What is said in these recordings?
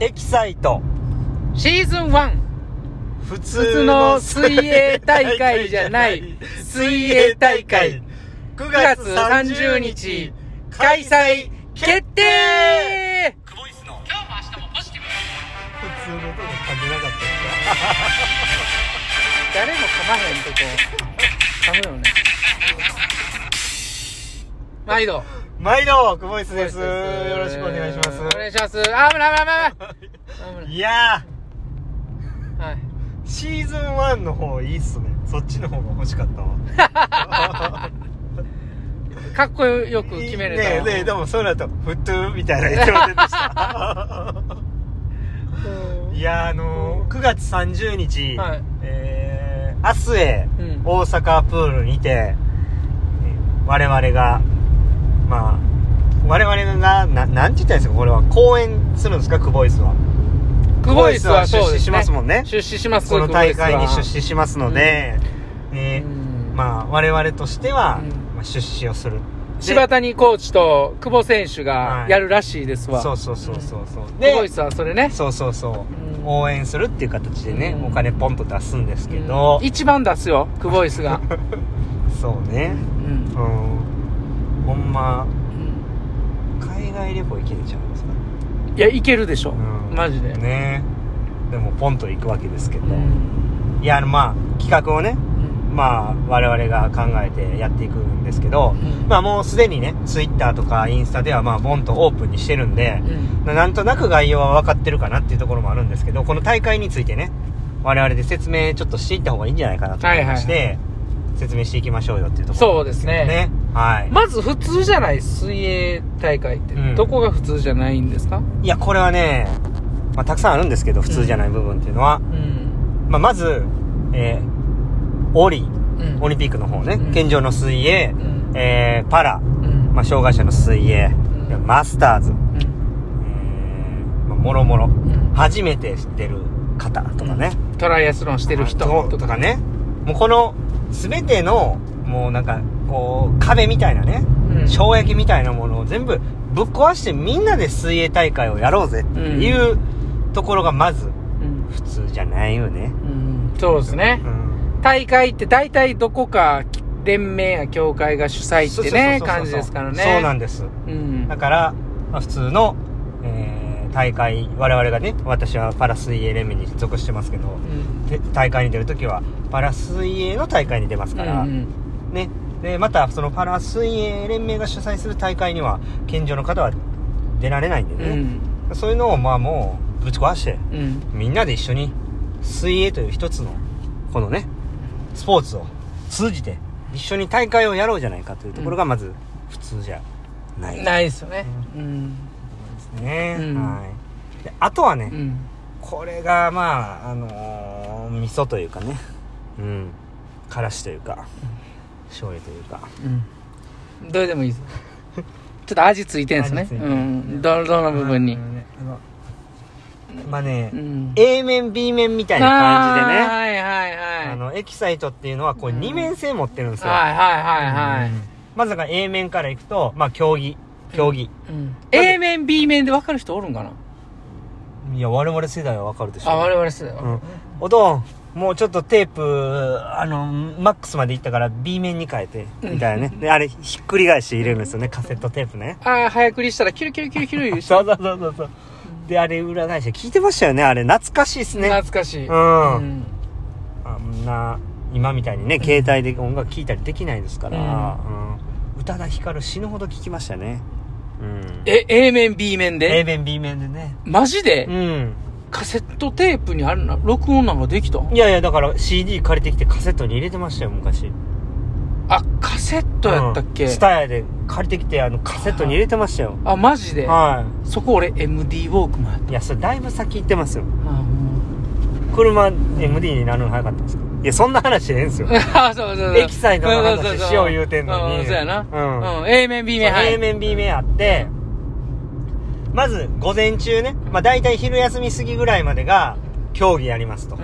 エキサイトシーズン 1! 普普通の水泳大会じゃない水泳大会9 9月30日開催決定久保イスの今日も明日もポジティブ普通のとこ噛んでなかっ誰も噛まへんとこ噛むよね毎た度ですか毎度久保イスですボイスよろしくお願いしますお願いしますあ危ない危ない危ない危いやないはいーシーズン1の方いいっすねそっちの方が欲しかったわ かっこよく決めれたわいいねえねえでもそれだと「ふとゥ」みたいな言ってませんでしたうんいやーあのー、9月30日、はいえー、明日へうん大阪プールにて、えー我々がまあ我々がななんて言ったらいいんですかこれは公演するんですかクボイスはクボイスはクボイスはそ出う資ですしますもんね出資しますこの大会に出資資しますので、えーまあまあ我々としては、うんまあ、出資をするで柴谷コーチと久保選手がやるらしいですわ、そうそうそうそうそうクボイスはそれねそうそうそう、うん応援するっていう形でね、うんお金ポンと出すんですけど、一番出すよクボイス がそうねうんうんほんま海外旅行行けるじゃないですか、いやいけるでしょ、うんマジで、ねでもポンと行くわけですけど、うんいやあのまあ企画をねうんまあ我々が考えてやっていくんですけど、うんまあもうすでにね Twitter とかインスタではまあボンとオープンにしてるんで、うんななんとなく概要は分かってるかなっていうところもあるんですけど、この大会についてね、我々で説明ちょっとしていった方がいいんじゃないかなと思いまして、はいは説明していきましょうよっていうところ。そうですねね。はい。まず普通じゃない水泳大会って、うんどこが普通じゃないんですかいや、これはね、まあ、たくさんあるんですけど、普通じゃない部分っていうのはう、んまあ、まず、えー、オリ、うんオリンピックの方ね、うん健常の水泳う、んえー、パラ、うんまあ、障害者の水泳、うんマスターズ、うんえー、まあ、もろもろ、うん初めて出る方とかね、トライアスロンしてる人あととか、ねもうこの全てのもうなんかこう壁みたいなねうん障壁みたいなものを全部ぶっ壊してみんなで水泳大会をやろうぜっていううところがまずうん普通じゃないよね、うんそうですねう、ん、大会って大体どこか連盟や協会が主催ってねそうそうそうそう感じですからねそうなんんですうんだから、まあ普通の、えー大会我々がね私はパラ水泳連盟に属してますけどうんて大会に出るときはパラ水泳の大会に出ますから、うんね、でまたそのパラ水泳連盟が主催する大会には健常の方は出られないんでうね、んそういうのをまあもうぶち壊してうんみんなで一緒に水泳という一つのこのねスポーツを通じて一緒に大会をやろうじゃないかというところがまず普通じゃないないですよねうんですね、うんはいであとはね、うんこれがまああのー味噌というかねうんからしというか醤油というかうんどれでもいいですちょっと味ついてんすね味つういてるんどどの部分にあのまあね、うん A 面 B 面みたいな感じであーねはいはいあ、はいのエキサイトっていうのはこううん二面性持ってるんですよ、はいはいはいはいうんまずだから A 面からいくとまあ競技競技、うん、A 面 B 面で分かる人おるんかないや我々世代はわかるでしょあ我々世代はうん、おとんもうちょっとテープあのマックスまでいったから B 面に変えてみたいなねであれひっくり返して入れるんですよねカセットテープねああ早繰りしたらキュルキュルキュルキュル言う人そうそうそうそうそうであれ裏返して聞いてましたよねあれ懐かしいですね懐かしいうんうんあんな今みたいにね携帯で音楽聴いたりできないですから、うん宇多田ヒカル死ぬほど聴きましたね、うん、え A 面 B 面 A で面 B 面でねマジでうんカセットテープにあるな録音なんかできたいやいやだから CD 借りてきてカセットに入れてましたよ昔あカセットやったっけ、うんスタヤで借りてきてあのカセットに入れてましたよあマジではそこ俺 MD ウォークマンやっいいやそれだいぶ先行ってますよたあも車 MD になるの早かったんですかいやそんな話ええんすよう あそうそうそうエキサイトの話しよう言うてんのにうんそうやな、うんうん A 面 B 面そうはい A 面 B 面あってまず午前中ね、まあ、大体昼休み過ぎぐらいまでが競技やりますと、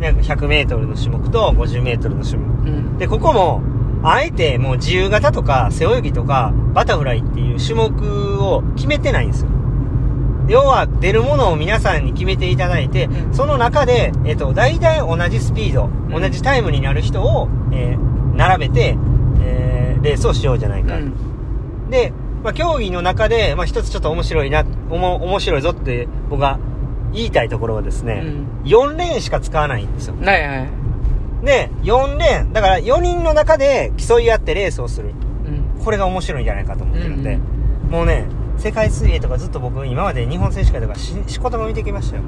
で 100m の種目と 50m の種目うんうんでここもあえてもう自由形とか背泳ぎとかバタフライっていう種目を決めてないんですよ要は出るものを皆さんに決めていただいて、うんその中で、えっと、大体同じスピード、うん同じタイムになる人を、えー並べて、えーレースをしようじゃないか。で、まあ、競技の中で、まあ、一つちょっと面白いな、おも、面白いぞって僕が言いたいところはですね、4レーンしか使わないんですよ。うんはいはいで、4レーン、だから4人の中で競い合ってレースをする。うんこれが面白いんじゃないかと思ってるんで、うんもうね世界水泳とかずっと僕今まで日本選手会とかし仕事も見てきましたよ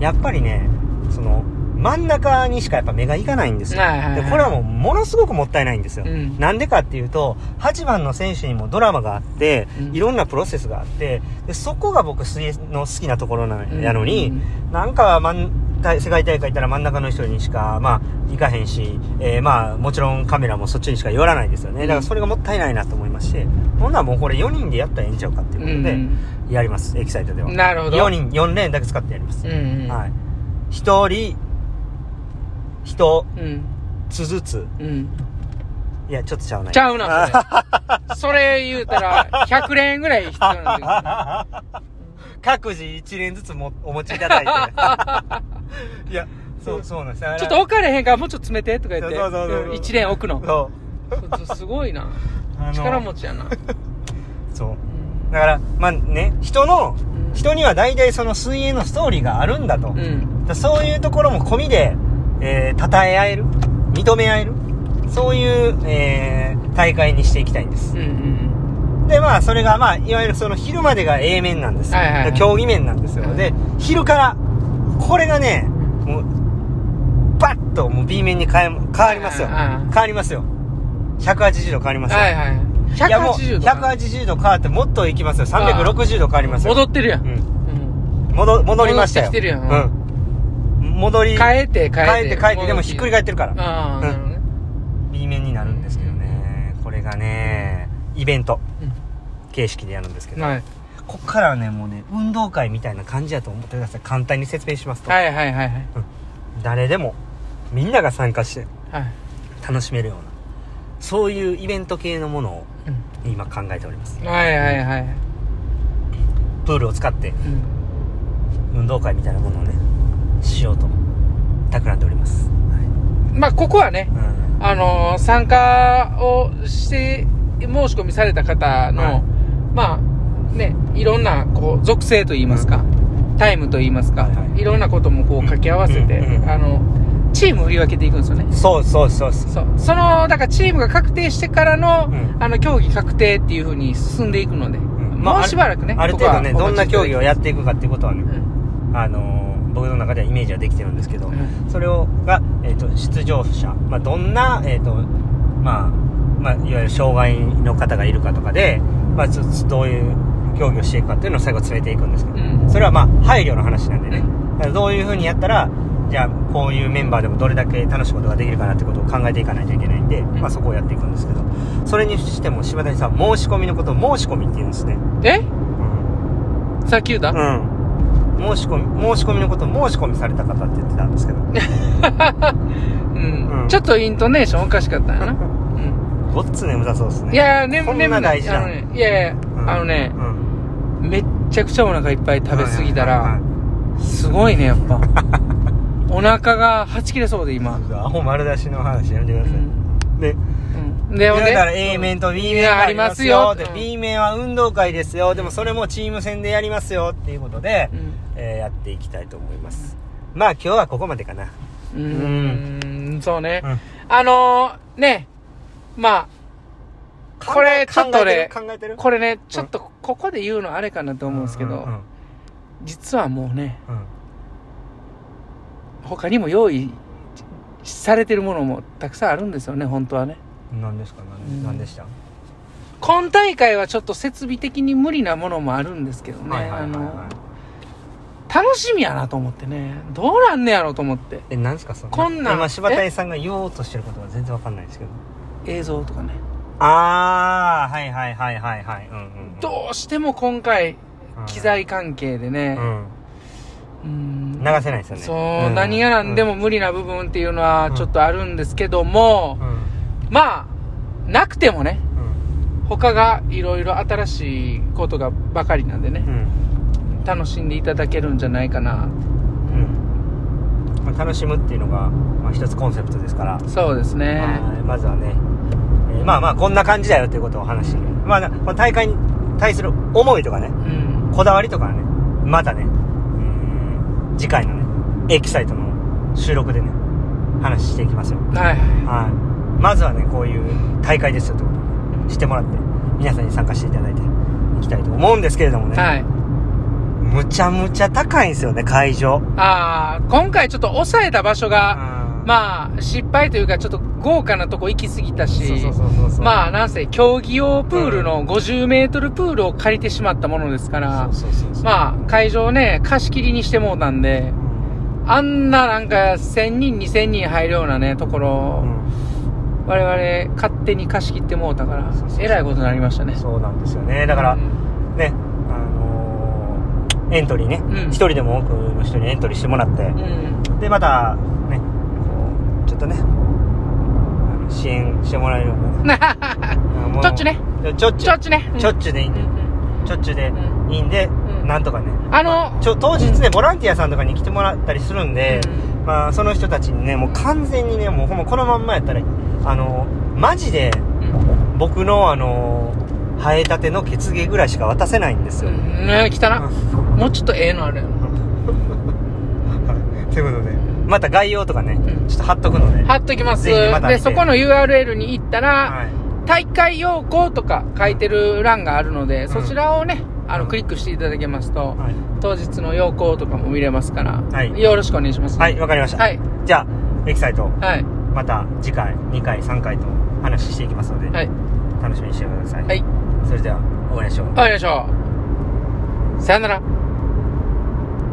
やっぱりねその真ん中にしかやっぱ目がいかないんですよ、はいはいはいでこれはもうものすごくもったいないんですよ、うんなんでかっていうと8番の選手にもドラマがあって、うんいろんなプロセスがあってでそこが僕水泳の好きなところなやのに、なんか、まん、大世界大会行ったら真ん中の人にしか、まあ、行かへんし、えーまあ、もちろんカメラもそっちにしか寄らないですよね。だからそれがもったいないなと思いますし、ほんならもうこれ4人でやったらええんちゃうかっていううんこうんとで、やります、エキサイトでは。なるほど4人、4レーンだけ使ってやります。うんうんはい。1人、1うんつずつ、うんいや、ちょっとちゃうな。ちゃうな それ言うたら100連ぐらい必要なんですよ各自1連ずつもお持ちいただいて。いや、そう、そうなんです。ちょっと置かれへんからもうちょっと詰めてとか言ってそうそうそうそううん一連置くのそう。そうすごいなあの力持ちやなそう。だから、まあね、人の、人には大体その水泳のストーリーがあるんだと。うんうだかんらそういうところも込みで、えー、称え合える、認め合える、そういう、えー、大会にしていきたいんですうん。うんで、まあ、それが、まあ、いわゆるその昼までが A 面なんですよ。はいはいはい競技面なんですはよ。いで、昼から、これがね、もう、バッともう B 面に変え、変わりますよ。はいはいはい変わりますよ。180度変わりますよ。はいはいいやもう180度か180度変わってもっといきますよ360度変わりますよ戻ってるやんうんうん戻戻りましたよ戻ってきてるやんうん戻り変えて変変ええてて変えてでもひっくり返ってるからああなるほどね B 面になるんですけどねこれがねイベント形式でやるんですけうんどはいこっからはねもうね運動会みたいな感じやと思ってください簡単に説明しますとはいはいはいはい誰でもみんなが参加してはい楽しめるようなそういうイベント系のものをうん今考えておりますはいはいはいプールを使ってうん運動会みたいなものをねしようと企んでおります、はまあここはねいうんあのー参加をして申し込みされた方の、はいまあねいろんなこう属性といいますか、タイムといいますか、はいいはいろんなこともこう掛け合わせて、うんうんうんあのチームを振り分けていくんですよねそうそうそうそうそうそのだからチームが確定してからの,、うんあの競技確定っていうふうに進んでいくので、うんまあもうしばらくねある程度ねここどはおん待なちいた競だき技をやっていくかっていうことはね、うんあのー僕の中ではイメージはできてるんですけど、うんそれをが、えー、と出場者、まあ、どんな、えーとまあまあ、いわゆる障害の方がいるかとかで、まあ、ちょっとどういう競技をしていくかっていうのを最後詰めていくんですけど、うんそれはまあ配慮の話なんでね、うだからどういうふうにやったらじゃあこういうメンバーでもどれだけ楽しいことができるかなってことを考えていかないといけないんで、んまあ、そこをやっていくんですけどそれにしても柴谷さん申し込みのことを申し込みって言うんですね、えうんさっき言ううた、ん。申し込み、申し込みのことを申し込みされた方って言ってたんですけど。うんうんちょっとイントネーションおかしかったんや な、うんごっつ眠たそうですね。いやーねこんねな大事あなのねいやいや、うんあのねうんめっちゃくちゃお腹いっぱい食べ過ぎたはいはいらはいすごいねやっ ぱお腹がはち切れそうで今、アホ丸出しの話やめてください。で、うんでいやほんだでから A 面と B 面いやがありますよ。ありでま、すよ B 面は運動会ですよ。でもそれもチーム戦でやりますよっていうことで、えーやっていきたいと思います。まあ今日はここまでかな。うん、うんそうね、うんあのー、ねまこれ考えちょっとね考えてるあこれねちょっとここで言うのあれかなと思うんですけど、うんうん実はもうねうんうん他にも用意されてるものもたくさんあるんですよね本当はね何ですか何,、うん何でした今大会はちょっと設備的に無理なものもあるんですけどね、はいはいはいはいあの楽しみやなと思ってねどうなんねやろうと思ってえ、なんすかそのこんなん今柴谷さんが言おうとしてることが全然わかんないですけど。映像とかねあー、はいはいはいはいはい。うんうんうん、どうしても今回うん機材関係でうね、ん。うん流せないですよね。そう、ん何が何でも、無理な部分っていうのはちょっとあるんですけどもう、ん。まあなくてもねうん。他がいろいろ新しいことがばかりなんでねうん。楽しんでいただけるんじゃないかなうんまあ、楽しむっていうのが、まあ、一つコンセプトですから、そうですねはいまずはね、えーまあまあこんな感じだよということをお話し、まあ、なこの大会に対する思いとかねうんこだわりとかはねまたね、えー次回のねエキサイトの収録でね話していきますよはいはいまずはねこういう大会ですよってことをしてもらって皆さんに参加していただいていきたいと思うんですけれどもね、はいむちゃむちゃ高いんですよね会場ああ今回ちょっと抑えた場所がまあまあ失敗というかちょっと豪華なとこ行き過ぎたしそうそうそうそうそうまあなんせ競技用プールの50メートルプールを借りてしまったものですからそうそうそうそうまあ会場ね貸し切りにしてもうたんであんななんか1000人2000人入るようなねとこうろ、ん我々勝手に貸し切ってもうたからそうそうそうえらいことになりましたねそうなんですよねだからうね、んあのーエントリーねうん一、人でも多くの人にエントリーしてもらって、 うんでまたねこうちょっとねあの支援してもらえるようなねあのちょっちゅねちょっちゅちょっちねうんちょっちゅでいいんで、ちょっちゅでいいんで、うんなんとかねあのまちょ当日ねボランティアさんとかに来てもらったりするんで、まあその人たちにねもう完全にねもうほんまこのまんまやったらあのマジでうん僕のあの生えたての血毛ぐらいしか渡せないんですよ、うんね汚なもうちょっとええのあるやろ ということでまた概要とかね、うんちょっと貼っとくので貼っときますぜひまた見でてそこの URL に行ったらはい大会要項とか書いてる欄があるのでそちらをねあのうんクリックしていただけますとはい当日の要項とかも見れますから、はいよろしくお願いします。はいわ、かりました、はい。じゃあエキサイトはい。また次回2回3回と話していきますので、はい。楽しみにしてください、はい。それではお会いしましょうわかりましょう。さよなら。